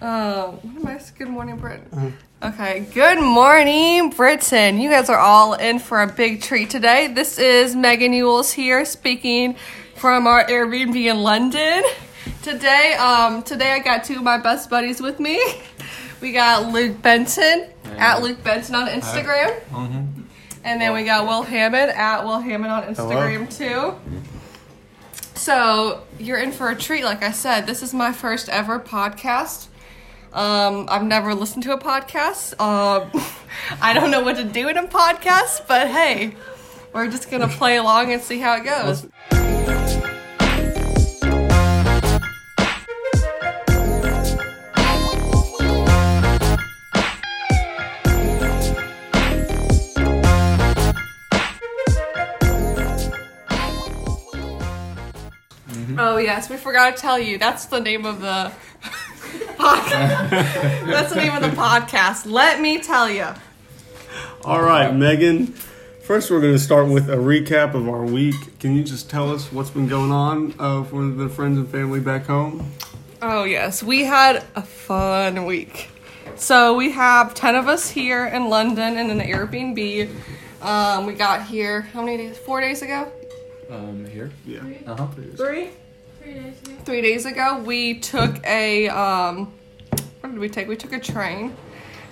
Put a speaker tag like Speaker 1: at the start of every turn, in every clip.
Speaker 1: Um, what am I? Good morning, Britain. Okay, good morning, Britain. You guys are all in for a big treat today. This is Megan Ewells here speaking from our Airbnb in London. Today, um, today I got two of my best buddies with me. We got Luke Benson at Luke Benson on Instagram, and then we got Will Hammond at Will Hammond on Instagram too. So you're in for a treat, like I said. This is my first ever podcast. Um, I've never listened to a podcast. Um, I don't know what to do in a podcast, but hey, we're just gonna play along and see how it goes. Oh yes, we forgot to tell you. That's the name of the podcast. That's the name of the podcast. Let me tell you.
Speaker 2: All right, Megan. First, we're going to start with a recap of our week. Can you just tell us what's been going on uh, for the friends and family back home?
Speaker 1: Oh, yes. We had a fun week. So we have 10 of us here in London in an Airbnb. Um, we got here, how many days? Four days ago?
Speaker 3: Um, here.
Speaker 2: Yeah.
Speaker 3: Uh huh.
Speaker 1: Three? Three days ago. We took a, um, what did we take? We took a train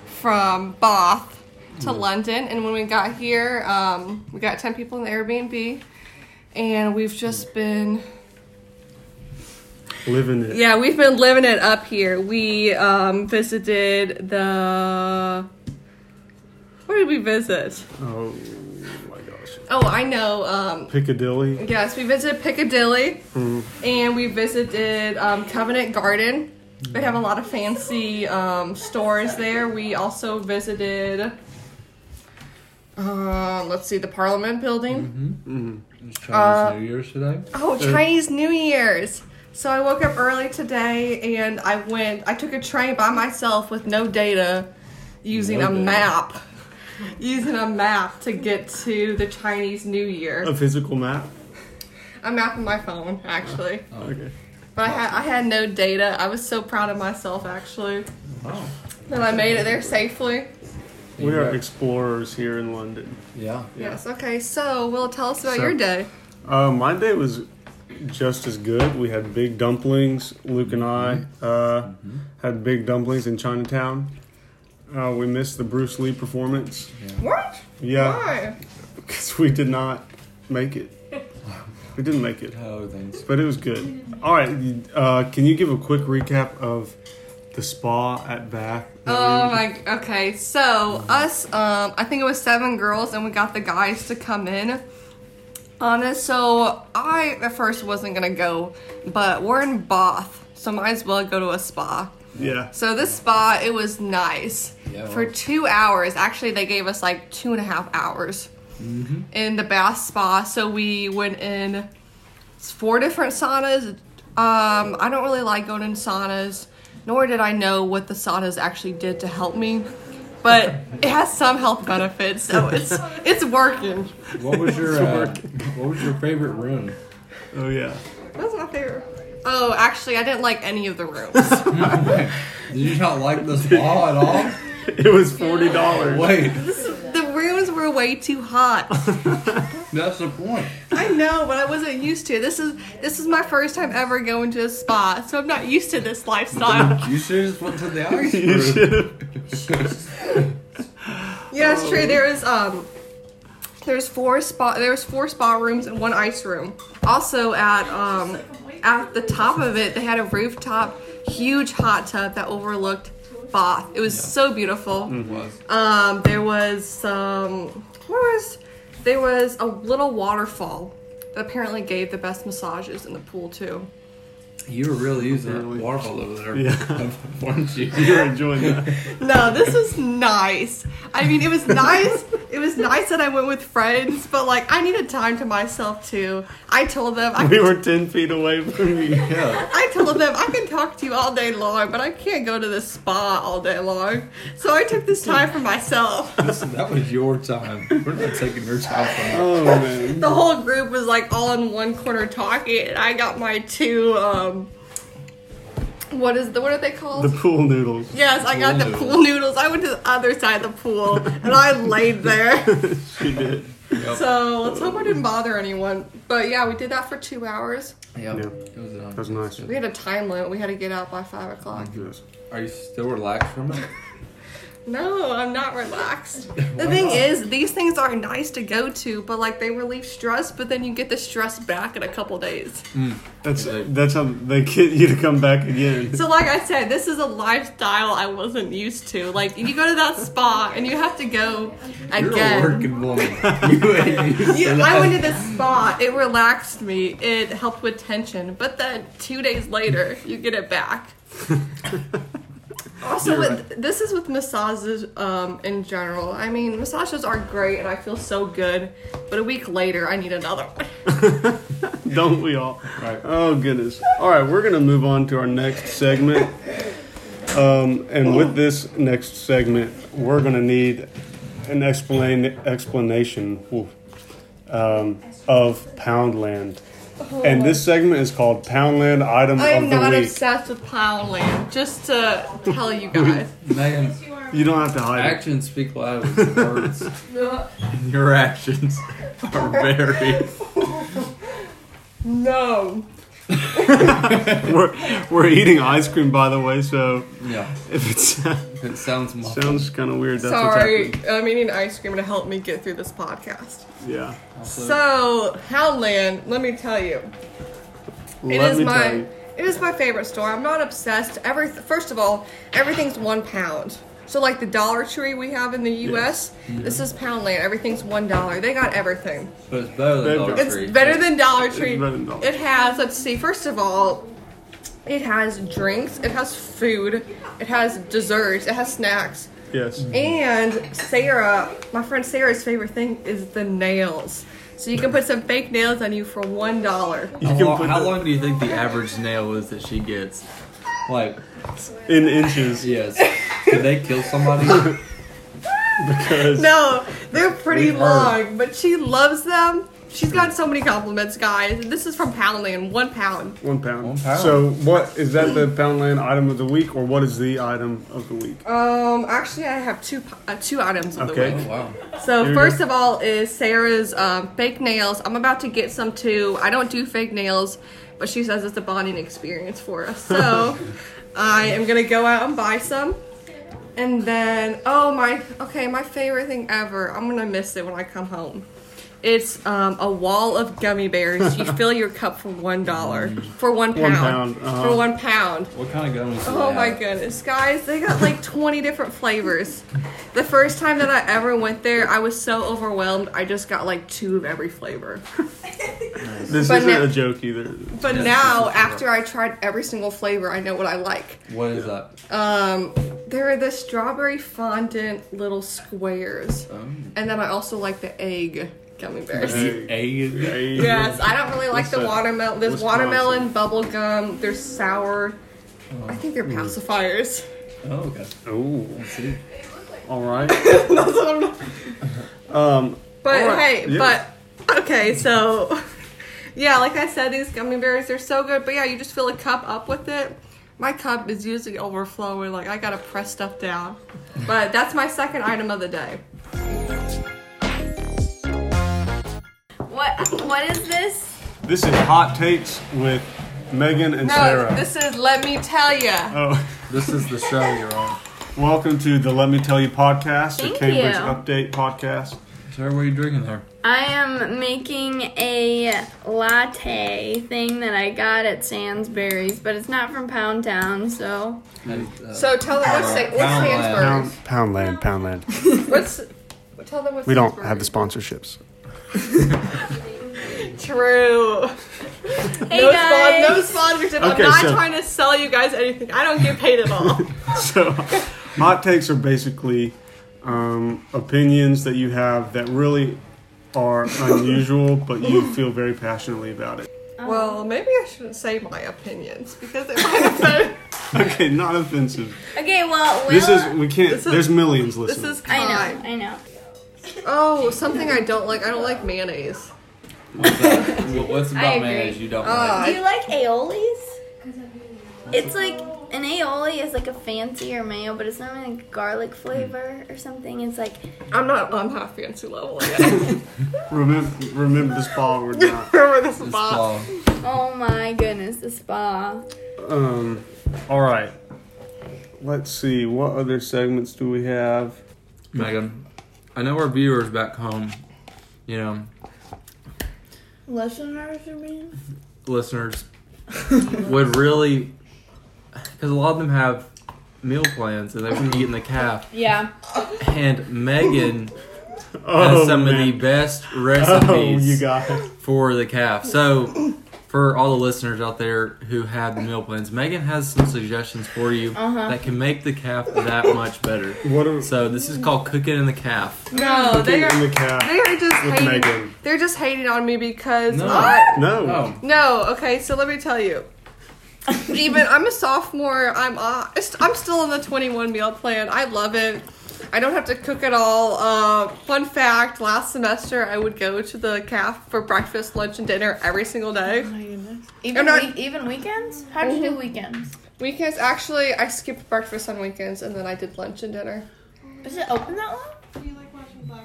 Speaker 1: from Bath to London. And when we got here, um, we got 10 people in the Airbnb. And we've just been
Speaker 2: Living it.
Speaker 1: Yeah, we've been living it up here. We um, visited the. Where did we visit?
Speaker 2: Oh my gosh.
Speaker 1: Oh, I know. Um,
Speaker 2: Piccadilly.
Speaker 1: yes, we visited Piccadilly, and we visited um, Covenant Garden. They have a lot of fancy um, stores there. We also visited. Um, let's see, the Parliament Building.
Speaker 3: Mm-hmm.
Speaker 1: Uh,
Speaker 3: It's Chinese New Year's today.
Speaker 1: Oh, Chinese New Year's. So I woke up early today and I went, I took a train by myself with no data using
Speaker 3: No
Speaker 1: a
Speaker 3: data.
Speaker 1: map. Using a map to get to the Chinese New Year.
Speaker 2: A physical map.
Speaker 1: A map on my phone, actually.
Speaker 2: Okay.
Speaker 1: But I had, I had no data. I was so proud of myself, actually,
Speaker 3: Wow.
Speaker 2: Oh.
Speaker 1: that I made it there safely.
Speaker 2: We are explorers here in London.
Speaker 3: Yeah.
Speaker 1: Yes, okay. So, Will, tell us about
Speaker 2: So-
Speaker 1: your day.
Speaker 2: Uh, my day was just as good. We had big dumplings. Luke and I uh, had big dumplings in Chinatown. Uh, we missed the Bruce Lee performance.
Speaker 1: What?
Speaker 2: Yeah,
Speaker 1: Why?
Speaker 2: because we did not make it. We didn't make it,
Speaker 3: Oh, thanks.
Speaker 2: but it was good. All right, you- uh, can you give a quick recap of the spa at Bath? that we-
Speaker 1: Oh my. Okay, so us, um, I think it was seven girls, and we got the guys to come in on it. So I at first wasn't gonna go, but we're in Bath, so might as well go to a spa.
Speaker 2: Yeah.
Speaker 1: So this spa, it was nice
Speaker 3: Yeah, it
Speaker 1: for
Speaker 3: was.
Speaker 1: two hours. Actually, they gave us like two and a half hours
Speaker 3: Mm-hmm.
Speaker 1: in the bath spa. So we went in four different saunas. Um, I don't really like going in saunas, nor did I know what the saunas actually did to help me. But it has some health benefits, so it's it's working.
Speaker 3: What was your uh, What was your favorite room?
Speaker 2: Oh yeah.
Speaker 1: That's my favorite. Oh, actually, I didn't like any of the rooms.
Speaker 3: Did you not like the spa at
Speaker 2: It was forty dollars.
Speaker 3: all? Wait,
Speaker 1: the rooms were way too hot.
Speaker 3: that's the point.
Speaker 1: I know, but I wasn't used to. it. This is this is my first time ever going to a spa, so I'm not used to this lifestyle.
Speaker 3: You should have just went to the ice
Speaker 2: You
Speaker 3: room.
Speaker 2: should.
Speaker 1: yeah, it's true. There is um there's four spa there was four spa rooms and one ice room. Also at um at the top of it they had a rooftop huge hot tub that overlooked Bath. It was so beautiful.
Speaker 3: Was.
Speaker 1: Um, there was um, where was there was a little waterfall that apparently gave the best massages in the pool too.
Speaker 3: You were really using that waterfall over there,
Speaker 2: Yeah.
Speaker 3: weren't you?
Speaker 2: You're enjoying that.
Speaker 1: No, this was nice. I mean, it was nice. It was nice that I went with friends, but like I needed time to myself too. I told them I,
Speaker 2: We were ten feet away from you.
Speaker 3: Yeah.
Speaker 1: I told them I can talk to you all day long, but I can't go to the spa all day long. So I took this time for myself.
Speaker 3: Listen, that was your time. We're not taking your time from you.
Speaker 2: Oh man.
Speaker 1: The whole group was like all in one corner talking, and I got my two um What is the what are they called?
Speaker 2: The pool noodles.
Speaker 1: yes, I got the
Speaker 3: Pool
Speaker 1: pool noodles. I went to the other side of the pool and I laid there.
Speaker 2: she did.
Speaker 3: Yep.
Speaker 1: So let's hope I didn't bother anyone. But yeah, we did that for two hours.
Speaker 3: Yep.
Speaker 2: Yeah.
Speaker 3: It was um, an
Speaker 2: That's nice.
Speaker 1: We had a time limit. We had to get out by five o'clock.
Speaker 2: Yes.
Speaker 3: Are you still relaxed from it?
Speaker 1: No, I'm not relaxed. The
Speaker 3: Why
Speaker 1: thing
Speaker 3: not?
Speaker 1: is, these things are nice to go to, but like they relieve stress, but then you get the stress back in a couple days.
Speaker 2: That's that's how they get you to come back again.
Speaker 1: So, like I said, this is a lifestyle I wasn't used to. Like, you go to that spa and you have to go
Speaker 3: You're
Speaker 1: again.
Speaker 3: a working woman. you ain't used
Speaker 1: Yeah,
Speaker 3: to
Speaker 1: I
Speaker 3: that.
Speaker 1: went to the spa. It relaxed me. It helped with tension. But then two days later, you get it back. also,
Speaker 2: You're
Speaker 1: with, this is with massages um, in general. I mean, massages are great, and I feel so good. But a week later, I need another one.
Speaker 2: Don't we all?
Speaker 3: Right.
Speaker 2: Oh goodness. All right, we're gonna move on to our next segment. Um, and with this next segment, we're gonna need an explain explanation oof, um, of Poundland. And this segment is called Poundland Item
Speaker 1: Oh. I am
Speaker 2: of the
Speaker 1: not
Speaker 2: Week.
Speaker 1: obsessed with Poundland. Just to tell you guys.
Speaker 3: Megan,
Speaker 2: You don't have to hide. it.
Speaker 3: actions speak louder than words. Your actions are very.
Speaker 1: no.
Speaker 2: We're, we're eating ice cream, by the way. So
Speaker 3: Yeah.
Speaker 2: if it's, it
Speaker 3: It sounds muffled.
Speaker 2: sounds kind of weird, that's
Speaker 1: Sorry.
Speaker 2: what's happening.
Speaker 1: I'm eating ice cream to help me get through this podcast.
Speaker 2: Yeah.
Speaker 1: So, Howland, let me tell you. It
Speaker 2: Let
Speaker 1: is
Speaker 2: me
Speaker 1: my
Speaker 2: tell you.
Speaker 1: it is my favorite store. I'm not obsessed. Every first of all, everything's one pound. So like the Dollar Tree we have in the U.S.,
Speaker 2: Mm-hmm.
Speaker 1: this is Poundland. Everything's one dollar. They got everything.
Speaker 3: But it's better than
Speaker 2: They've-
Speaker 3: Dollar
Speaker 1: It's
Speaker 3: Tree.
Speaker 1: better than Dollar Tree.
Speaker 2: better than Dollar
Speaker 1: It has. Let's see. First of all, it has drinks. It has food. It has desserts. It has snacks.
Speaker 2: Yes.
Speaker 1: And Sarah, my friend Sarah's favorite thing is the nails. So you can put some fake nails on you for one dollar.
Speaker 2: You
Speaker 3: How,
Speaker 2: can
Speaker 3: long,
Speaker 2: put
Speaker 3: how
Speaker 2: the-
Speaker 3: long do you think the average nail is that she gets? Like,
Speaker 2: in inches
Speaker 3: yes. Did they kill somebody?
Speaker 2: because
Speaker 1: No, they're pretty
Speaker 3: We heard.
Speaker 1: long, but she loves them. She's got so many compliments, guys. This is from Poundland, one pound.
Speaker 2: one pound.
Speaker 3: One pound.
Speaker 2: So what is that the Poundland item of the week, or what is the item of the week?
Speaker 1: Um, actually, I have two uh, two items of
Speaker 2: Okay.
Speaker 1: the
Speaker 3: Oh,
Speaker 1: week.
Speaker 3: wow.
Speaker 1: So
Speaker 2: Here we
Speaker 1: first
Speaker 2: go.
Speaker 1: of all is Sarah's um, fake nails. I'm about to get some too. I don't do fake nails, but she says it's a bonding experience for us. So I am gonna go out and buy some. And then, oh my, okay, my favorite thing ever. I'm gonna miss it when I come home. It's um, a wall of gummy bears. You fill your cup for one dollar, for one
Speaker 2: Mm. One
Speaker 1: pound,
Speaker 2: pound, uh-huh.
Speaker 1: for one pound.
Speaker 3: What kind of gum is
Speaker 1: Oh my goodness, guys, they got like 20 different flavors. The first time that I ever went there, I was so overwhelmed, I just got like two of every flavor.
Speaker 2: This
Speaker 1: But
Speaker 2: isn't
Speaker 1: no-
Speaker 2: a joke either.
Speaker 1: But
Speaker 3: Yes,
Speaker 1: now,
Speaker 3: this is
Speaker 1: after I tried every single flavor, I know what I like.
Speaker 3: What is that?
Speaker 1: Um, there are the strawberry fondant little squares,
Speaker 3: Um,
Speaker 1: and then I also like the egg gummy bears.
Speaker 2: Egg.
Speaker 3: egg.
Speaker 2: Egg.
Speaker 1: Yes, I don't really like
Speaker 2: What's
Speaker 1: the
Speaker 2: that?
Speaker 1: watermelon. There's
Speaker 2: Wisconsin.
Speaker 1: watermelon, bubble gum. They're sour. I think they're
Speaker 2: Hmm.
Speaker 1: pacifiers.
Speaker 3: Oh, okay.
Speaker 2: Oh,
Speaker 3: Let's see.
Speaker 2: all right.
Speaker 1: That's what I'm not-
Speaker 2: Um,
Speaker 1: But hey,
Speaker 2: Alright, yes.
Speaker 1: but okay, so yeah, like I said, these gummy bears are so good. But yeah, you just fill a cup up with it. My cup is usually overflowing. Like I gotta press stuff down. But that's my second item of the day.
Speaker 4: What what is this?
Speaker 2: this is hot takes with Megan and
Speaker 1: No,
Speaker 2: Sarah.
Speaker 1: this is let me tell ya.
Speaker 2: oh,
Speaker 3: This is the show you're on.
Speaker 2: welcome to the Let Me Tell You podcast, the
Speaker 4: Thank
Speaker 2: Cambridge
Speaker 4: you.
Speaker 2: Update podcast.
Speaker 3: Sarah, what are you drinking there?
Speaker 4: I am making a latte thing that I got at Sainsbury's, but it's not from Pound Town, so
Speaker 3: Uh,
Speaker 1: So tell them what's what's
Speaker 3: Pound
Speaker 1: Sainsbury's.
Speaker 2: Poundland, Poundland.
Speaker 1: What's tell them what's Sainsbury's.
Speaker 2: sponsorships.
Speaker 1: True.
Speaker 4: hey
Speaker 1: no,
Speaker 4: guys,
Speaker 1: spon- no sponsorship.
Speaker 2: Okay,
Speaker 1: I'm not
Speaker 2: so-
Speaker 1: trying to sell you guys anything. I don't get paid at all.
Speaker 2: So, hot takes are basically um, opinions that you have that really are unusual, but you feel very passionately about it.
Speaker 1: Well, maybe I shouldn't say my opinions because it might offend.
Speaker 2: Okay, not offensive.
Speaker 4: okay, well, Will,
Speaker 2: This is we can't.
Speaker 1: This is-
Speaker 2: there's millions listening.
Speaker 1: this is
Speaker 4: I
Speaker 1: kind.
Speaker 4: know, I know.
Speaker 1: Oh, something I don't like. I don't like mayonnaise.
Speaker 3: What's that? What's
Speaker 4: I
Speaker 3: about
Speaker 4: agree.
Speaker 1: Ah,
Speaker 3: mayonnaise you don't
Speaker 1: Uh,
Speaker 3: like?
Speaker 4: Do you like aiolis? It's like an aioli is like a fancier mayo, but it's not really like garlic flavor or something. It's like
Speaker 1: I'm not on half fancy level yet.
Speaker 2: Remember, remember this ball we're not.
Speaker 1: Remember this
Speaker 3: It's
Speaker 1: box?
Speaker 3: fall.
Speaker 4: oh my goodness, the spa.
Speaker 2: Um, all right. Let's see. What other segments do we have?
Speaker 3: Megan, I know our viewers back home, you know,
Speaker 4: Listeners, you mean?
Speaker 3: listeners would really, because a lot of them have meal plans and they wouldn't eat in the calf.
Speaker 4: Yeah.
Speaker 3: And Megan
Speaker 2: Oh,
Speaker 3: has some of the
Speaker 2: man.
Speaker 3: best
Speaker 2: Oh,
Speaker 3: recipes
Speaker 2: you got it.
Speaker 3: for the calf. So, for all the listeners out there who have the meal plans, Megan has some suggestions for you
Speaker 4: Uh-huh.
Speaker 3: that can make the calf that much better.
Speaker 2: What are
Speaker 3: So, this is called cooking in the calf.
Speaker 1: No, they
Speaker 2: in
Speaker 1: are.
Speaker 2: the cat
Speaker 1: They are just
Speaker 2: with
Speaker 1: hating.
Speaker 2: Megan?
Speaker 1: They're just hating on me because
Speaker 3: No.
Speaker 1: I-
Speaker 2: No.
Speaker 3: Oh.
Speaker 1: No, okay, so let me tell you. Even I'm a sophomore. I'm uh, it's- I'm still on the 21 meal plan. I love it. I don't have to cook at all. Uh, fun fact: last semester, I would go to the calf for breakfast, lunch, and dinner every single day.
Speaker 5: Even
Speaker 1: not-
Speaker 5: week, even weekends? How'd you do weekends?
Speaker 1: Weekends, actually, I skipped breakfast on weekends, and then I did lunch and dinner.
Speaker 5: Is it open that long?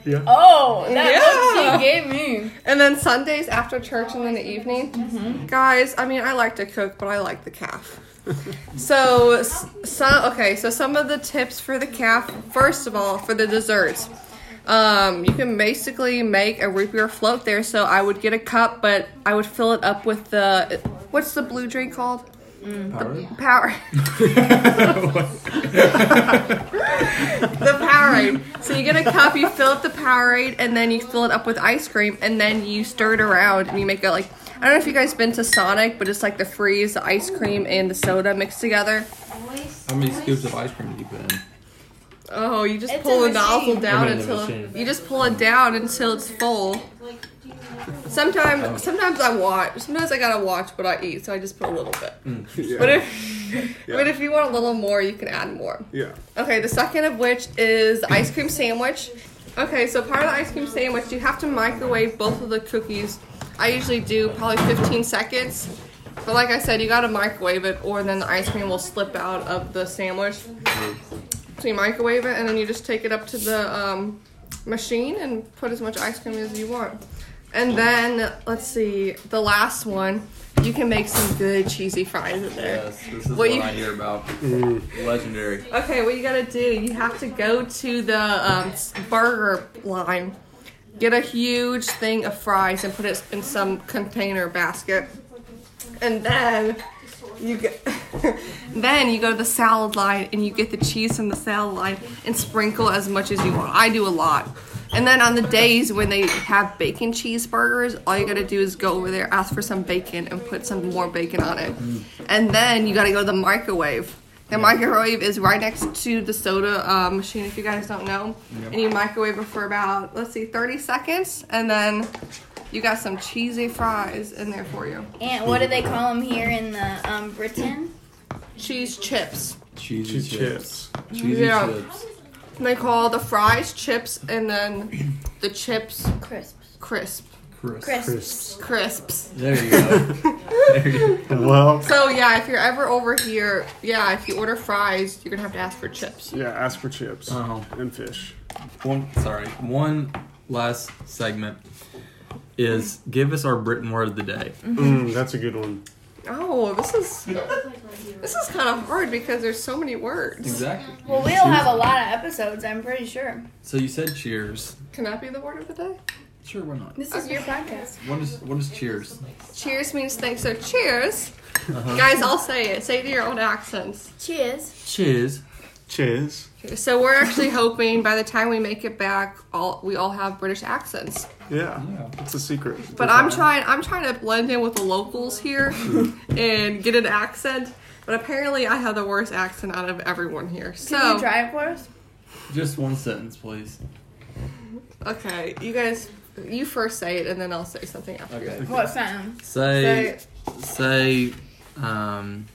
Speaker 2: Yeah.
Speaker 5: Oh, that
Speaker 1: Yeah.
Speaker 5: look she gave me.
Speaker 1: And then Sundays after church and in the evening. Guys, I mean, I like to cook, but I like the calf. so, s- some, okay, so some of the tips for the calf, first of all, for the desserts. Um, you can basically make a root beer float there. So I would get a cup, but I would fill it up with the what's the blue drink called? Power. the Powerade. So you get a cup, you fill up the Powerade, and then you fill it up with ice cream, and then you stir it around, and you make it like I don't know if you guys been to Sonic, but it's like the freeze, the ice cream, and the soda mixed together.
Speaker 3: How many scoops of ice cream do you put in?
Speaker 1: Oh, you just
Speaker 5: It's
Speaker 1: pull
Speaker 5: a
Speaker 1: the nozzle
Speaker 5: machine.
Speaker 1: down
Speaker 3: I'm in the
Speaker 1: until
Speaker 3: machine.
Speaker 1: you just pull it down until it's full. Sometimes, sometimes I watch. Sometimes I gotta watch what I eat, so I just put a little bit.
Speaker 3: Mm.
Speaker 2: Yeah.
Speaker 1: But if, but if you want a little more, you can add more.
Speaker 2: yeah.
Speaker 1: Okay, the second of which is the ice cream sandwich. Okay, so part of the ice cream sandwich, you have to microwave both of the cookies. I usually do probably 15 seconds. But like I said, you gotta microwave it, or then the ice cream will slip out of the sandwich. So you microwave it, and then you just take it up to the um, machine and put as much ice cream as you want. And then, let's see, the last one, you can make some good cheesy fries in there.
Speaker 3: Yes, this is
Speaker 1: What
Speaker 3: what,
Speaker 1: you-
Speaker 3: I hear about. Mm. Legendary.
Speaker 1: Okay, what you gotta do, you have to go to the um, s- burger line, get a huge thing of fries, and put it in some container basket. And then you get, then you go to the salad line and you get the cheese from the salad line and sprinkle as much as you want. I do a lot. And then on the days when they have bacon cheeseburgers, all you gotta do is go over there, ask for some bacon, and put some more bacon on it. And then you gotta go to the microwave. The microwave is right next to the soda uh, machine, if you guys don't know. And you microwave it for about, let's see, 30 seconds. And then you got some cheesy fries in there for you.
Speaker 4: And what do they call them here in the um, Britain?
Speaker 1: Cheese chips.
Speaker 3: Cheesy
Speaker 2: Two chips.
Speaker 3: Cheesy
Speaker 1: Yeah.
Speaker 3: chips.
Speaker 1: And They call the fries chips and then the chips
Speaker 4: Crisps.
Speaker 1: crisp.
Speaker 4: Crisps.
Speaker 2: Crisps.
Speaker 1: Crisps.
Speaker 3: There you go. there you go.
Speaker 2: Well,
Speaker 1: So, yeah, if you're ever over here, yeah, if you order fries, you're gonna have to ask for chips.
Speaker 2: yeah. Ask for chips
Speaker 3: Oh.
Speaker 2: and fish.
Speaker 3: One, sorry. One last segment is give us our Britain word of the day.
Speaker 1: Mm-hmm.
Speaker 3: Mm-hmm.
Speaker 2: Mm, that's a good one.
Speaker 1: Oh, this is this is kind of hard because there's so many words.
Speaker 3: Exactly.
Speaker 5: Well, we'll have a lot of episodes, I'm pretty sure.
Speaker 3: So you said cheers.
Speaker 1: Can that be the word of the day?
Speaker 3: Sure, why not?
Speaker 5: This is your podcast.
Speaker 3: What is what is cheers?
Speaker 1: Cheers means thanks. So cheers, guys. I'll say it. Say it to your own accents.
Speaker 5: Cheers.
Speaker 3: Cheers.
Speaker 2: Cheers.
Speaker 1: So we're actually hoping by the time we make it back, all we all have British accents.
Speaker 2: Yeah.
Speaker 3: Yeah.
Speaker 2: It's a secret.
Speaker 1: But I'm trying. I'm trying to blend in with the locals here and get an accent. But apparently, I have the worst accent out of everyone here. So
Speaker 5: Can you try it for us?
Speaker 3: Just one sentence, please.
Speaker 1: okay, you guys, you first say it, and then I'll say something after.
Speaker 3: Okay.
Speaker 5: What sound?
Speaker 3: Say
Speaker 1: Say
Speaker 3: say um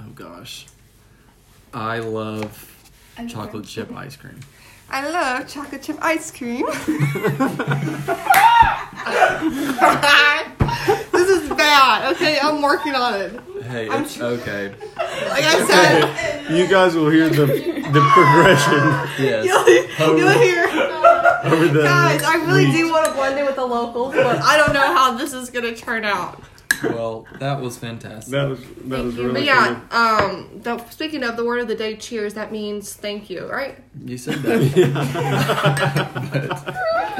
Speaker 3: oh gosh. I love chocolate chip ice cream.
Speaker 1: I love chocolate chip ice cream. this is bad. Okay, I'm working on it.
Speaker 3: Hey,
Speaker 1: I'm
Speaker 3: it's
Speaker 1: tr-
Speaker 3: okay.
Speaker 1: Like I said,
Speaker 2: You guys will hear the the progression
Speaker 3: Yes.
Speaker 1: you'll, you'll hear.
Speaker 2: over the
Speaker 1: Guys, I really
Speaker 2: week.
Speaker 1: do want to blend in with the locals, but I don't know how this is gonna turn out.
Speaker 3: Well, that was fantastic.
Speaker 2: That was that was
Speaker 4: Thank you.
Speaker 2: really
Speaker 1: But yeah, um, the, speaking of the word of the day, cheers. That means thank you, right?
Speaker 3: You said that. but we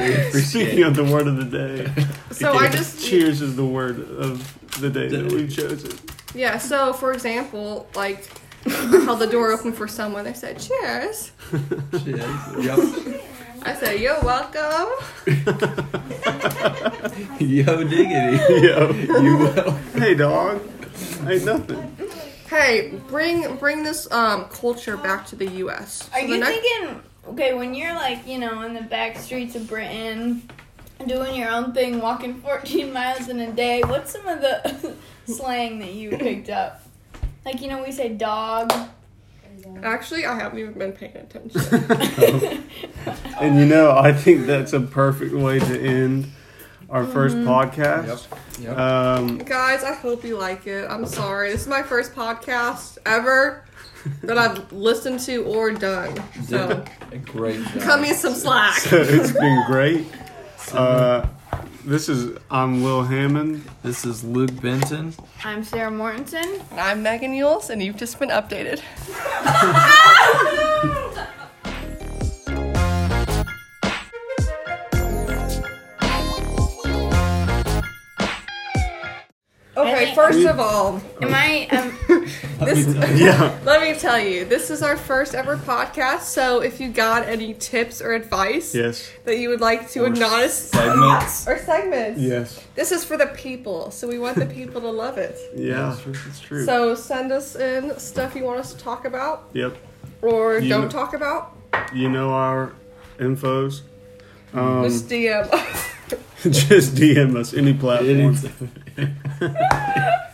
Speaker 2: cool. Speaking
Speaker 3: appreciate it.
Speaker 2: of the word of the day,
Speaker 1: So I just
Speaker 2: cheers is the word of the day that we've chosen.
Speaker 1: Yeah, so for example, like I held the door open for someone, I said, Cheers.
Speaker 3: Cheers.
Speaker 1: I said, You're welcome.
Speaker 3: Yo, yo diggity.
Speaker 2: Yo,
Speaker 3: You will.
Speaker 2: hey dog, ain't nothing.
Speaker 1: Hey, bring bring this um culture back to the US.
Speaker 5: Are
Speaker 1: So the
Speaker 5: you
Speaker 1: next-
Speaker 5: thinking, okay, when you're like, you know, in the back streets of Britain, doing your own thing, walking 14 miles in a day, what's some of the slang that you picked up? Like, you know, we say dog.
Speaker 1: Actually I haven't even been paying attention.
Speaker 2: And you know, I think that's a perfect way to end our first
Speaker 1: Mm-hmm.
Speaker 2: podcast.
Speaker 3: Yep.
Speaker 2: Um,
Speaker 1: Guys, I hope you like it. I'm sorry. This is my first podcast ever that I've listened to or done. So
Speaker 3: A great job.
Speaker 1: cut me some slack.
Speaker 2: so it's been great. Uh, this is I'm Will Hammond.
Speaker 3: This is Luke Benton.
Speaker 4: I'm Sarah Mortensen.
Speaker 1: And I'm Megan Yules and you've just been updated. Okay, first of all,
Speaker 4: Am I? Um,
Speaker 1: this
Speaker 2: Yeah,
Speaker 1: let me tell you, this is our first ever podcast. So if you got any tips or advice
Speaker 2: yes,
Speaker 1: that you would like to anonymous
Speaker 3: Segments.
Speaker 1: or segments,
Speaker 2: yes,
Speaker 1: this is for the people. So we want the people to love it.
Speaker 2: yeah.
Speaker 3: It's true.
Speaker 1: So send us in stuff you want us to talk about
Speaker 2: Yep,
Speaker 1: or
Speaker 2: You-
Speaker 1: don't talk about.
Speaker 2: you know our infos. Um,
Speaker 1: Just DM.
Speaker 2: just DM us any platform.
Speaker 3: It is-